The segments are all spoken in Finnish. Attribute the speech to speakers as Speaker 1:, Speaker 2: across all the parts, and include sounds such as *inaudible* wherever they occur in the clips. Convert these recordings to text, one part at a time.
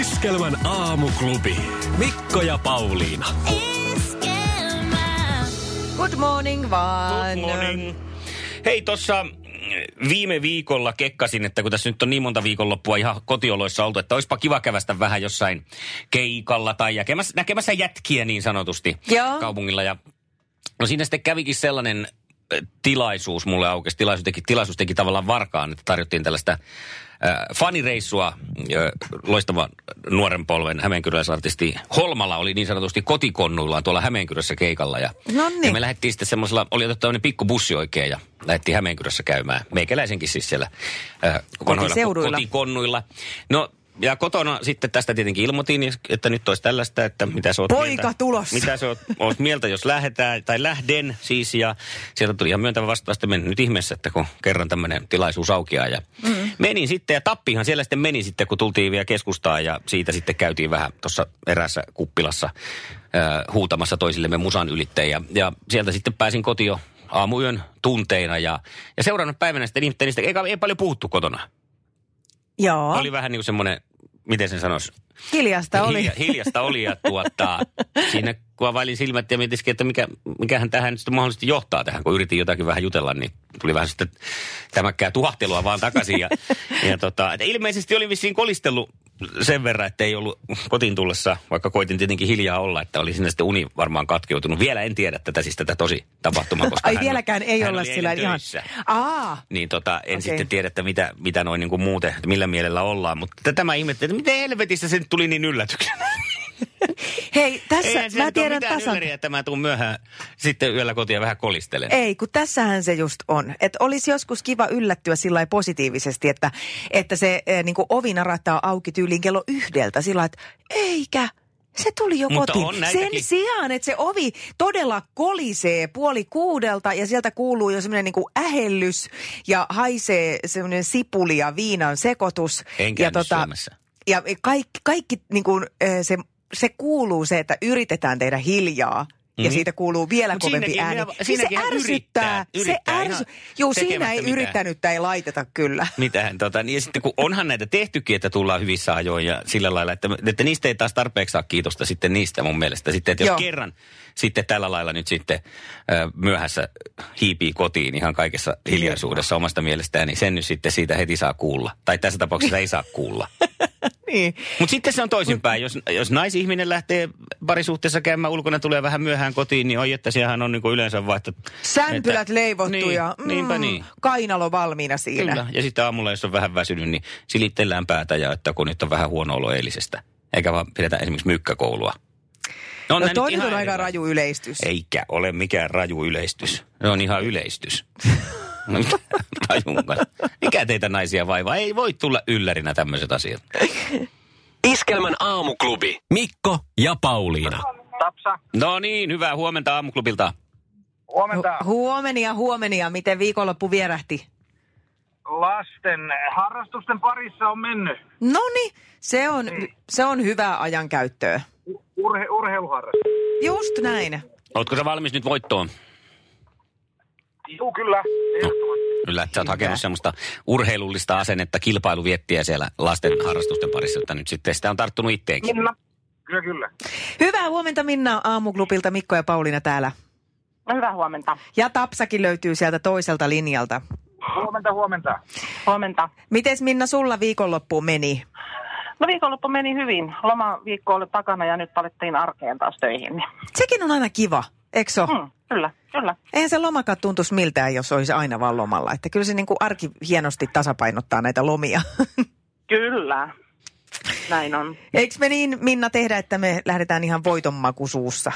Speaker 1: Iskelmän aamuklubi. Mikko ja Pauliina.
Speaker 2: Good morning vaan.
Speaker 3: Good morning. Hei, tuossa viime viikolla kekkasin, että kun tässä nyt on niin monta viikonloppua ihan kotioloissa oltu, että olisipa kiva kävästä vähän jossain keikalla tai näkemässä, näkemässä jätkiä niin sanotusti
Speaker 2: Joo.
Speaker 3: kaupungilla. Ja, no siinä sitten kävikin sellainen ö, tilaisuus mulle aukesi. Tilaisuus teki, tilaisuus teki tavallaan varkaan, että tarjottiin tällaista äh, fanireissua äh, loistavan nuoren polven hämeenkyräläisartisti Holmala oli niin sanotusti kotikonnuillaan tuolla Hämeenkyrössä keikalla. Ja,
Speaker 2: No niin.
Speaker 3: ja me lähdettiin sitten semmoisella, oli otettu tämmöinen pikku bussi oikein ja lähdettiin Hämeenkyrössä käymään. Meikäläisenkin siis siellä äh, vanhoilla ko-
Speaker 2: Kotiseuduilla.
Speaker 3: kotikonnuilla. No ja kotona sitten tästä tietenkin ilmoitin, että nyt olisi tällaista, että mitä sä oot
Speaker 2: Poika
Speaker 3: mieltä,
Speaker 2: tulossa.
Speaker 3: Mitä sä oot, oot mieltä, jos lähdetään, tai lähden siis, ja sieltä tuli ihan myöntävä vastaus, että menen nyt ihmeessä, että kun kerran tämmöinen tilaisuus aukeaa. Ja mm. Menin sitten, ja tappihan siellä sitten meni sitten, kun tultiin vielä keskustaan, ja siitä sitten käytiin vähän tuossa eräässä kuppilassa äh, huutamassa toisillemme musan ylittäjiä. Ja sieltä sitten pääsin kotiin jo aamuyön tunteina, ja, ja seuraavana päivänä sitten ihmettelin sitä, eikä ei paljon puhuttu kotona.
Speaker 2: Joo,
Speaker 3: Oli vähän niin kuin semmoinen, miten sen sanoisi,
Speaker 2: hiljasta oli.
Speaker 3: Niin, Hilja- hiljasta oli ja
Speaker 2: *laughs*
Speaker 3: tuottaa. Siinä kun availin silmät ja mietiskin, että mikä, mikähän tähän nyt sitten mahdollisesti johtaa tähän, kun yritin jotakin vähän jutella, niin tuli vähän sitten tämäkkää tuhahtelua vaan takaisin.
Speaker 2: *laughs*
Speaker 3: Ja, ja tota, et ilmeisesti oli vissiin kolistellut sen verran, että ei ollut kotiin tullessa, vaikka koitin tietenkin hiljaa olla, että oli sinne sitten uni varmaan katkeutunut. Vielä en tiedä tätä siis tätä tosi tapahtumaa, koska
Speaker 2: Ai
Speaker 3: hän-
Speaker 2: vieläkään ei
Speaker 3: hän
Speaker 2: olla
Speaker 3: oli
Speaker 2: sillä
Speaker 3: eilen
Speaker 2: ihan.
Speaker 3: töissä
Speaker 2: Aa,
Speaker 3: niin tota, en
Speaker 2: Okei.
Speaker 3: okay. sitten tiedä, että mitä, mitä noin niin kuin muuten, että millä mielellä ollaan. Mutta tämä ihmettä, että miten helvetissä se nyt tuli niin yllätyksenä.
Speaker 2: hei, tässä
Speaker 3: Eihän se
Speaker 2: mä
Speaker 3: nyt ole
Speaker 2: tiedän
Speaker 3: mitään
Speaker 2: tasan.
Speaker 3: ylläriä, että mä tuun myöhään sitten yöllä kotiin ja vähän kolistelen.
Speaker 2: Ei, kun tässähän se just on. Että olisi joskus kiva yllättyä sillä lailla positiivisesti, että, että se niin kuin ovi narataan auki tyyliin kello yhdeltä sillä lailla, että eikä, se tuli jo
Speaker 3: Mutta on
Speaker 2: kotiin.
Speaker 3: näitäkin.
Speaker 2: Sen sijaan, että se ovi todella kolisee puoli kuudelta ja sieltä kuuluu jo semmoinen niin ähellys ja haisee semmoinen sipuli ja viinan sekoitus.
Speaker 3: En
Speaker 2: ja tota,
Speaker 3: käynyt syömässä.
Speaker 2: ja kaikki, kaikki niin kuin, eh, se, se kuuluu se, että yritetään tehdä hiljaa.
Speaker 3: Mhm.
Speaker 2: Ja siitä kuuluu vielä
Speaker 3: Mut
Speaker 2: kovempi
Speaker 3: siinäkin
Speaker 2: ääni.
Speaker 3: vielä-
Speaker 2: Niin se
Speaker 3: siinäkin hän
Speaker 2: ärsyttää.
Speaker 3: yrittää, yrittää
Speaker 2: se
Speaker 3: ihan
Speaker 2: ärsy... Juu, siinä ei
Speaker 3: tekemättä mitään.
Speaker 2: yrittänyt ei laiteta kyllä. *laughs*
Speaker 3: Mitähän tota, niin ja sitten kun onhan näitä tehtykin, että tullaan hyvissä ajoin ja sillä lailla, että, että niistä ei taas tarpeeksi saa kiitosta sitten niistä mun mielestä. Sitten, että jos
Speaker 2: Joo.
Speaker 3: Joo. kerran sitten tällä lailla nyt sitten ö, myöhässä hiipii kotiin ihan kaikessa hiljaisuudessa omasta mielestään, niin sen nyt sitten siitä heti saa kuulla. Tai tässä tapauksessa ei saa
Speaker 2: *laughs*
Speaker 3: kuulla.
Speaker 2: Niin.
Speaker 3: Mutta sitten se on toisinpäin. Jos, jos naisihminen lähtee parisuhteessa käymään ulkona, tulee vähän myöhään kotiin, niin oi, että siellähän on niinku yleensä vaihto.
Speaker 2: Sämpylät
Speaker 3: Että-
Speaker 2: leivottu
Speaker 3: niin,
Speaker 2: ja mm,
Speaker 3: Niinpä niin.
Speaker 2: kainalo valmiina siinä.
Speaker 3: Kyllä. Ja sitten aamulla, jos on vähän väsynyt, niin silitellään päätä ja että kun nyt on vähän huono olo eilisestä. Eikä vaan pidetä esimerkiksi mykkäkoulua. on
Speaker 2: No
Speaker 3: nää nyt
Speaker 2: toi nyt
Speaker 3: ihan
Speaker 2: on aika
Speaker 3: erilaisia.
Speaker 2: raju yleistys.
Speaker 3: Eikä ole mikään raju yleistys. Se on
Speaker 2: *laughs*
Speaker 3: ihan yleistys. No mitä rajun kanssa? Mikä teitä naisia vaivaa? Ei voi tulla yllärinä tämmöiset asiat.
Speaker 1: Iskelmän aamuklubi. Mikko ja Pauliina.
Speaker 4: Tapsa,
Speaker 3: No niin, hyvää huomenta aamuklubilta.
Speaker 4: huomenta.
Speaker 2: No, Hu- huomenia, huomenia. Miten viikonloppu vierähti?
Speaker 4: Lasten harrastusten parissa on mennyt
Speaker 2: Noni, se on, se on hyvää ajankäyttöä.
Speaker 4: urhe- urheiluharrastus.
Speaker 2: Just näin.
Speaker 3: Ootko sä valmis nyt voittoon?
Speaker 4: Juu, kyllä. ehdottomasti.
Speaker 3: Kyllä, että sä oot hakenut semmoista urheilullista asennetta, kilpailuviettiä siellä lasten harrastusten parissa, että nyt sitten sitä on tarttunut itteenkin.
Speaker 4: Minna. Kyllä, kyllä.
Speaker 2: Hyvää huomenta Minna aamuklubilta, Mikko ja Pauliina täällä.
Speaker 5: No hyvää huomenta.
Speaker 2: Ja Tapsakin löytyy sieltä toiselta linjalta.
Speaker 4: Huomenta, huomenta.
Speaker 5: Huomenta.
Speaker 2: Mites Minna sulla viikonloppu meni?
Speaker 5: No viikonloppu meni hyvin. Lomaviikko oli takana ja nyt alettiin arkeen taas töihin. Niin.
Speaker 2: Sekin on aina kiva, eikö so?
Speaker 5: Mm, kyllä, kyllä.
Speaker 2: Eihän se lomakaan tuntuisi miltään, jos olisi aina vaan lomalla. Että kyllä se niin kuin arki hienosti tasapainottaa näitä lomia. *laughs*
Speaker 5: Kyllä. Näin on.
Speaker 2: Eikö me niin, Minna, tehdä, että me lähdetään ihan voitonmakusuussa?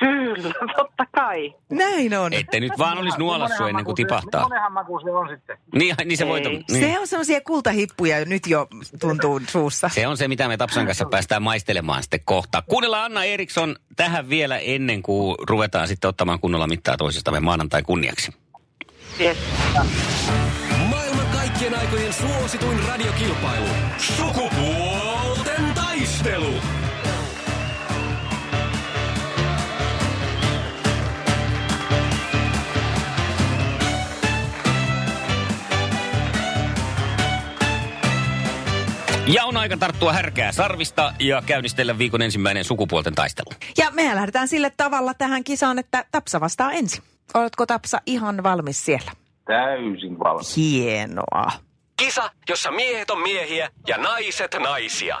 Speaker 5: Kyllä, *laughs* totta Totta kai.
Speaker 2: Näin on.
Speaker 3: Ette nyt vaan olisi nuolassu ennen kuin tipahtaa.
Speaker 4: Millainenhan maku se on sitten?
Speaker 3: Niin, niin se voi...
Speaker 5: Ei.
Speaker 3: Niin.
Speaker 2: Se on semmoisia kultahippuja nyt jo tuntuu suussa.
Speaker 3: Se on se, mitä me Tapsan kanssa päästään maistelemaan sitten kohta. Kuunnellaan Anna Eriksson tähän vielä ennen kuin ruvetaan sitten ottamaan kunnolla mittaa toisistamme maanantai kunniaksi.
Speaker 5: Yes.
Speaker 1: Maailman kaikkien aikojen suosituin radiokilpailu. Sukupuolten taistelu.
Speaker 3: Ja on aika tarttua härkää sarvista ja käynnistellä viikon ensimmäinen sukupuolten taistelu.
Speaker 2: Ja mehän lähdetään sille tavalla tähän kisaan, että Tapsa vastaa ensin. Oletko Tapsa ihan valmis siellä?
Speaker 4: Täysin valmis.
Speaker 2: Hienoa.
Speaker 1: Kisa, jossa miehet on miehiä ja naiset naisia.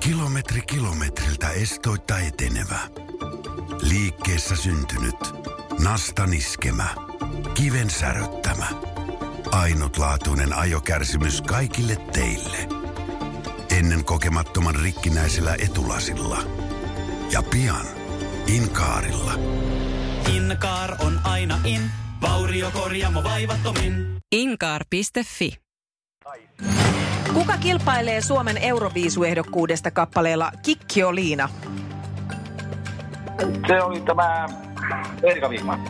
Speaker 6: Kilometri kilometriltä estoitta etenevä. Liikkeessä syntynyt. Nasta niskemä. Kiven säröttämä. Ainutlaatuinen ajokärsimys kaikille teille. Ennen kokemattoman rikkinäisellä etulasilla. Ja pian Inkaarilla.
Speaker 7: Inkaar on aina in. Vauriokorjaamo vaivattomin.
Speaker 8: Inkaar.fi.
Speaker 2: Kuka kilpailee Suomen Euroviisuehdokkuudesta kappaleella Kikkio Liina?
Speaker 4: Se oli tämä Erika Vihman.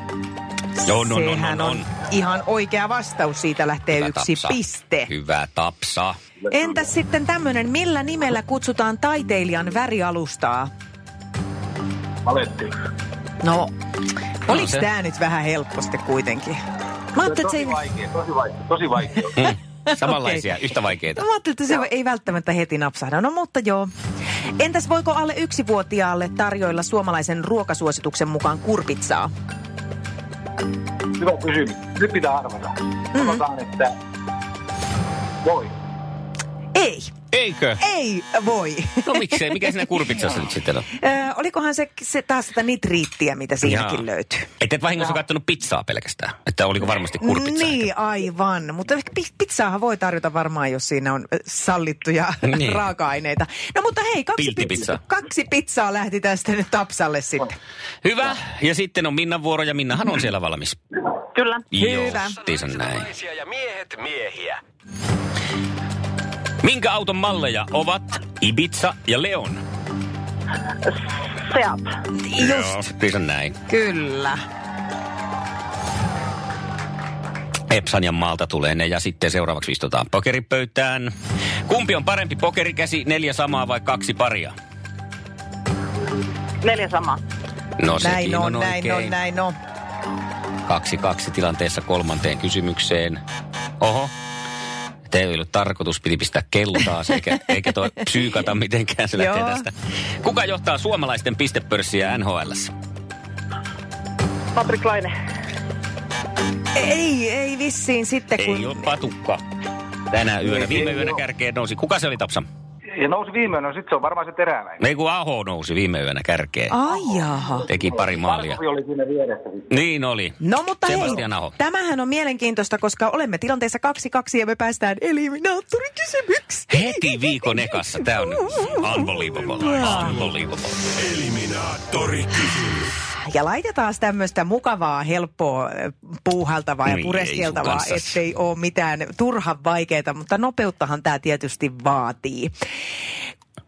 Speaker 3: Joo, no, no, no,
Speaker 2: Sehän
Speaker 3: no,
Speaker 2: on
Speaker 3: no.
Speaker 2: ihan oikea vastaus. Siitä lähtee yksi piste.
Speaker 3: Hyvä
Speaker 2: *laughs*
Speaker 3: tapsa.
Speaker 2: Entäs sitten tämmöinen, millä nimellä kutsutaan taiteilijan värialustaa?
Speaker 4: Paletti.
Speaker 2: No,
Speaker 3: No
Speaker 2: oliks
Speaker 3: se-
Speaker 2: tää nyt vähän helppo sitten kuitenkin? Mä ajattelin, että se,
Speaker 4: Tosi vaikea, tosi vaikea,
Speaker 3: *laughs*
Speaker 4: tosi vaikea.
Speaker 3: Mm. Samanlaisia, yhtä vaikeita.
Speaker 2: mä ajattelin, että se ei välttämättä heti napsahda. No mutta joo. Entäs voiko alle yksivuotiaalle tarjoilla suomalaisen ruokasuosituksen mukaan kurpitsaa?
Speaker 4: Hyvä kysymys. Nyt pitää arvata. Sanotaan, että voi.
Speaker 2: Ei,
Speaker 3: Eikö?
Speaker 2: ei voi.
Speaker 3: No miksei, mikä siinä kurpitsassa nyt sitten on?
Speaker 2: *laughs* Ö, olikohan se, se taas sitä nitriittiä, mitä siinäkin
Speaker 3: Jaa.
Speaker 2: löytyy?
Speaker 3: Et et vahingossa kattonut pizzaa pelkästään, että oliko varmasti kurpitsa.
Speaker 2: No. Niin, aivan. Mutta ehkä pi- pizzaahan voi tarjota varmaan, jos siinä on äh, sallittuja
Speaker 3: *laughs* Niin.
Speaker 2: niin. raaka-aineita. No mutta hei, kaksi,
Speaker 3: Pilttipizza.
Speaker 2: kaksi pizzaa lähti tästä nyt Tapsalle sitten.
Speaker 3: Hyvä, ja sitten on Minnan vuoro ja Minnahan on siellä valmis.
Speaker 5: Kyllä.
Speaker 2: Hyvä.
Speaker 3: Justiinsa näin. Minkä auton malleja ovat Ibiza ja Leon?
Speaker 5: Seat.
Speaker 2: Just,
Speaker 3: Justiinsa näin.
Speaker 2: kyllä.
Speaker 3: Epsanian maalta tulee ne ja sitten seuraavaksi istutaan pokeripöytään. Kumpi on parempi pokerikäsi, neljä samaa vai kaksi paria?
Speaker 5: Neljä samaa.
Speaker 3: No
Speaker 2: Näin
Speaker 3: sekin on,
Speaker 2: on, näin on,
Speaker 3: oikein.
Speaker 2: näin on.
Speaker 3: Kaksi kaksi tilanteessa kolmanteen kysymykseen. Oho. Tämä ei ollut tarkoitus, piti pistää kello taas, eikä, eikä toi psyykata mitenkään se lähtee
Speaker 2: Joo.
Speaker 3: tästä. Kuka johtaa suomalaisten pistepörssiä NHLssä?
Speaker 5: Patrik Laine.
Speaker 2: Ei, ei vissiin sitten, kun...
Speaker 3: Ei ole patukka. Tänä yönä, viime yönä kärkeen nousi. Kuka se oli Tapsa?
Speaker 4: Ja nousi viimeinen, no sit se on varmaan se teräväinen.
Speaker 3: Ei kun Aho nousi viime yöna kärkeen.
Speaker 2: Ai jaha.
Speaker 3: Teki pari maalia.
Speaker 4: Se oli siinä vieressä.
Speaker 3: Niin oli.
Speaker 2: No mutta
Speaker 3: Sebastian
Speaker 2: hei,
Speaker 3: Aho.
Speaker 2: tämähän on mielenkiintoista, koska olemme tilanteessa 2-2 ja me päästään eliminaattorikysymyksi.
Speaker 3: Heti viikon ekassa. Tää on unbelievable. Unbelievable.
Speaker 6: Eliminaattori.
Speaker 2: Ja laitetaan tämmöistä mukavaa, helppoa, äh, puuhaltavaa ja
Speaker 3: Ei, ei sun
Speaker 2: pureskeltavaa,
Speaker 3: kanssa.
Speaker 2: ettei ole mitään turhan vaikeaa, mutta nopeuttahan tämä tietysti vaatii.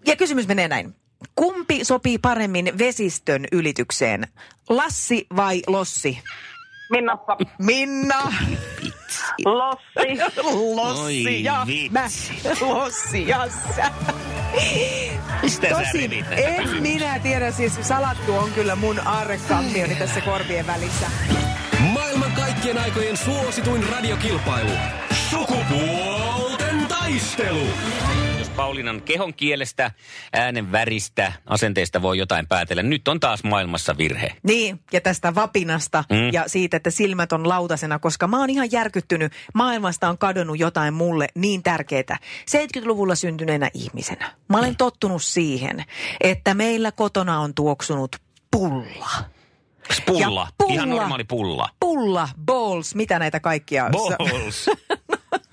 Speaker 2: Ja kysymys menee näin. Kumpi sopii paremmin vesistön ylitykseen? Lassi vai Lossi?
Speaker 5: Minna.
Speaker 2: Minna,
Speaker 5: Lossi.
Speaker 2: Lossi ja
Speaker 3: Oi vitsi.
Speaker 2: mä, Lossi ja sä.
Speaker 3: Mistä sä
Speaker 2: Tosin
Speaker 3: revit näitä
Speaker 2: en minä tiedä, siis salattu on kyllä mun arkampioni tässä korvien välissä.
Speaker 1: Maailman kaikkien aikojen suosituin radiokilpailu. Sukupuolten taistelu.
Speaker 3: Jos Paulinan kehon kielestä, äänen väristä, asenteesta voi jotain päätellä. Nyt on taas maailmassa virhe.
Speaker 2: Niin, ja tästä vapinasta mm. ja siitä, että silmät on lautasena, koska mä oon ihan järkyttynyt. Maailmasta on kadonnut jotain mulle niin tärkeää. 70-luvulla syntyneenä ihmisenä. Mä olen mm. tottunut siihen, että meillä kotona on tuoksunut pulla.
Speaker 3: Pulla,
Speaker 2: Ja pulla.
Speaker 3: ihan normaali pulla.
Speaker 2: Pulla, balls, mitä näitä kaikkia *laughs*
Speaker 3: Balls.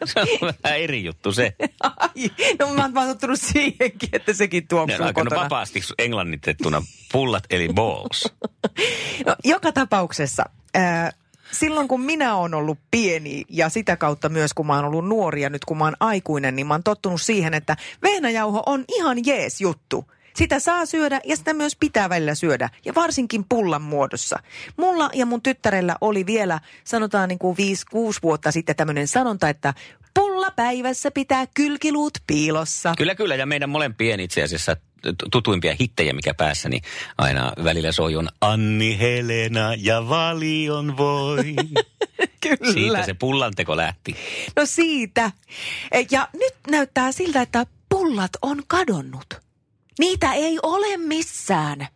Speaker 3: Se on vähän eri juttu se.
Speaker 2: Ai, no mä oon vaan tottunut siihenkin, että sekin
Speaker 3: Ne
Speaker 2: tuoksuu
Speaker 3: on alkanut
Speaker 2: kotona.
Speaker 3: vapaasti englannitettuna pullat eli
Speaker 2: *laughs*
Speaker 3: balls.
Speaker 2: No, joka tapauksessa, ää, silloin kun minä olen ollut pieni ja sitä kautta myös kun mä oon ollut nuori ja nyt kun mä oon aikuinen, niin mä oon tottunut siihen, että vehnäjauho on ihan jees juttu. Sitä saa syödä ja sitä myös pitää välillä syödä, ja varsinkin pullan muodossa. Mulla ja mun tyttärellä oli vielä, sanotaan niin kuin 5-6 vuotta sitten tämmöinen sanonta, että pulla päivässä pitää kylkiluut piilossa.
Speaker 3: Kyllä, kyllä. Ja meidän molempien itse asiassa t- tutuimpia hittejä, mikä päässä, niin aina välillä soi on Anni Helena ja
Speaker 2: *laughs*
Speaker 3: Valion voi.
Speaker 2: Kyllä.
Speaker 3: Siitä se pullanteko lähti.
Speaker 2: No siitä. E, Ja nyt näyttää siltä, että pullat on kadonnut. Niitä ei ole missään.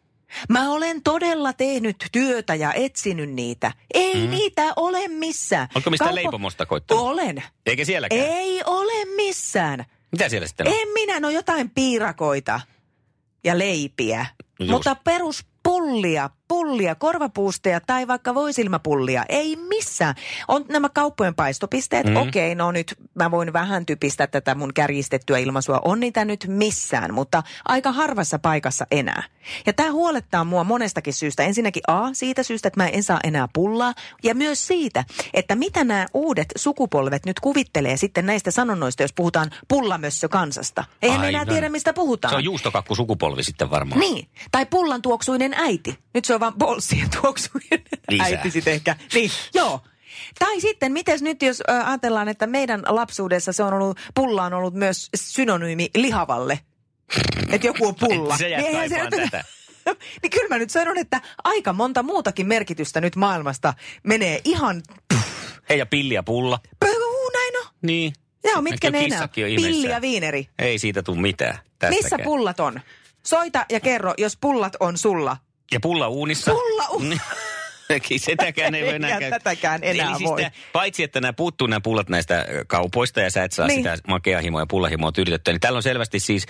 Speaker 2: Mä olen todella tehnyt työtä ja etsinyt niitä. Ei mm. niitä ole missään.
Speaker 3: Mm-hmm. Onko mistään leipomosta koittanut?
Speaker 2: Olen.
Speaker 3: Eikä sielläkään.
Speaker 2: Ei ole missään.
Speaker 3: Mitä siellä sitten on?
Speaker 2: En minä, no jotain piirakoita ja leipiä.
Speaker 3: Just.
Speaker 2: Mutta peruspullia, pullia, korvapuusteja tai vaikka voisilmapullia, ei missään. On nämä kauppojen paistopisteet, mm. okei, no nyt mä voin vähän typistää tätä mun kärjistettyä ilmaisua, on niitä nyt missään, mutta aika harvassa paikassa enää. Ja tämä huolettaa mua monestakin syystä. Ensinnäkin A, siitä syystä, että mä en saa enää pullaa, ja myös siitä, että mitä nämä uudet sukupolvet nyt kuvittelee sitten näistä sanonnoista, jos puhutaan pullamössö kansasta. Eihän ne enää
Speaker 3: Aivan.
Speaker 2: tiedä, mistä puhutaan.
Speaker 3: Se on juustokakku sukupolvi sitten varmaan.
Speaker 2: Niin, tai pullan tuoksuinen äiti. Nyt se on vaan bolsien tuoksuinen
Speaker 3: Lisää.
Speaker 2: äiti sitten ehkä. Niin, joo. Tai sitten, miten nyt jos ö, ajatellaan, että meidän lapsuudessa se on ollut, pulla on ollut myös synonyymi lihavalle. Että joku on pulla.
Speaker 3: Et sä jää
Speaker 2: Niin eihän
Speaker 3: kaipaan
Speaker 2: nyt-
Speaker 3: tätä.
Speaker 2: *laughs* niin kyllä mä nyt sanon, että aika monta muutakin merkitystä nyt maailmasta menee ihan
Speaker 3: Hei ja pilli ja pulla.
Speaker 2: pöhuu näin on.
Speaker 3: Niin.
Speaker 2: Joo, mitkä ne enää?
Speaker 3: Kissakin on ihmeissään.
Speaker 2: Pilli ja viineri.
Speaker 3: Ei siitä tule mitään.
Speaker 2: Missä
Speaker 3: tästäkään.
Speaker 2: pullat on? Soita ja kerro, jos pullat on sulla.
Speaker 3: Ja pulla uunissa.
Speaker 2: Pulla uunissa.
Speaker 3: Sekin Sitäkään ei voi
Speaker 2: Ei
Speaker 3: enää
Speaker 2: ja
Speaker 3: käyttää.
Speaker 2: tätäkään enää
Speaker 3: Eli siis
Speaker 2: voi.
Speaker 3: tää- paitsi, että nämä puuttuu nämä pullat näistä ö, kaupoista ja sä et saa
Speaker 2: Niin.
Speaker 3: niin. sitä makeahimoa ja pullahimoa tyydytettyä, niin tällä on selvästi siis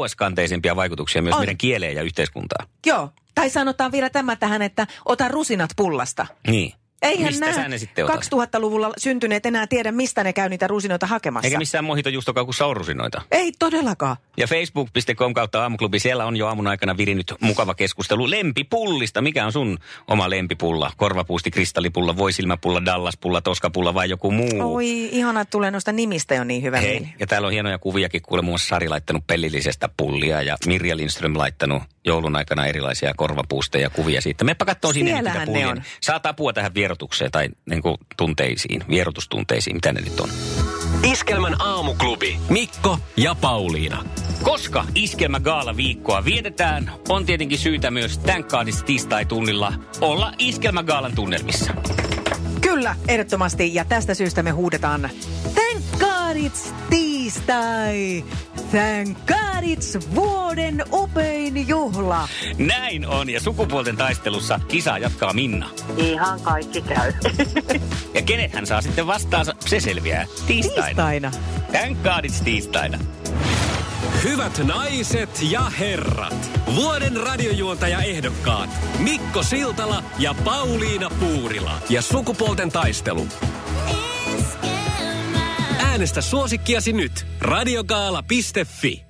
Speaker 3: kauaskanteisempia vaikutuksia myös
Speaker 2: On.
Speaker 3: on. meidän kieleen ja yhteiskuntaan.
Speaker 2: Joo. Tai sanotaan vielä tämä tähän, että ota rusinat pullasta.
Speaker 3: Niin.
Speaker 2: Eihän
Speaker 3: Mistä
Speaker 2: nämä
Speaker 3: sä ne sitten otat?
Speaker 2: 2000-luvulla syntyneet enää tiedä, mistä ne käy niitä rusinoita hakemassa.
Speaker 3: Eikä missään mohito juustokaa kuin saurusinoita.
Speaker 2: Ei todellakaan.
Speaker 3: Ja facebook.com kautta aamuklubi, siellä on jo aamun aikana virinnyt mukava keskustelu lempipullista. Mikä on sun oma lempipulla? Korvapuusti, kristallipulla, voisilmäpulla, dallaspulla, toskapulla vai joku muu?
Speaker 2: Oi, ihana, että tulee noista nimistä jo niin hyvä
Speaker 3: Hei,
Speaker 2: mieli.
Speaker 3: ja täällä on hienoja kuviakin, kuule muun muassa Sari laittanut pellillisestä pullia ja Mirja Lindström laittanut joulun aikana erilaisia korvapuusteja ja kuvia siitä. Meppä katsoo sinne nyt
Speaker 2: Siellähän
Speaker 3: niitä
Speaker 2: ne
Speaker 3: pullia.
Speaker 2: on.
Speaker 3: niin Saat apua tähän vierotukseen tai niin kuin, tunteisiin, vierotustunteisiin, mitä ne nyt on.
Speaker 1: Iskelmän aamuklubi. Mikko ja Pauliina.
Speaker 3: Koska Iskelmä Gaala viikkoa vietetään, on tietenkin syytä myös tämän tiistai-tunnilla olla Iskelmä Gaalan tunnelmissa.
Speaker 2: Kyllä, ehdottomasti. Ja tästä syystä me huudetaan Thank God it's tiistai! Thank God it's vuoden upein juhla!
Speaker 3: Näin on, ja sukupuolten taistelussa kisa jatkaa Minna.
Speaker 5: Ihan kaikki käy.
Speaker 3: *laughs* Ja kenet hän saa sitten vastaansa, se selviää tiistaina.
Speaker 2: Tiistaina.
Speaker 3: Thank God it's tiistaina.
Speaker 1: Hyvät naiset ja herrat, vuoden radiojuontaja ehdokkaat Mikko Siltala ja Pauliina Puurila ja sukupuolten taistelu. Äänestä suosikkiasi nyt radiogaala.fi.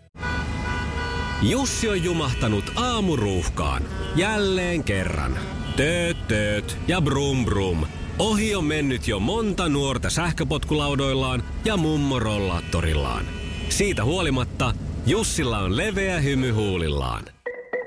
Speaker 1: Jussi on jumahtanut aamuruuhkaan. Jälleen kerran. Tööt, tööt ja brum brum. Ohi on mennyt jo monta nuorta sähköpotkulaudoillaan ja mummorollaattorillaan. Siitä huolimatta Jussilla on leveä hymy huulillaan.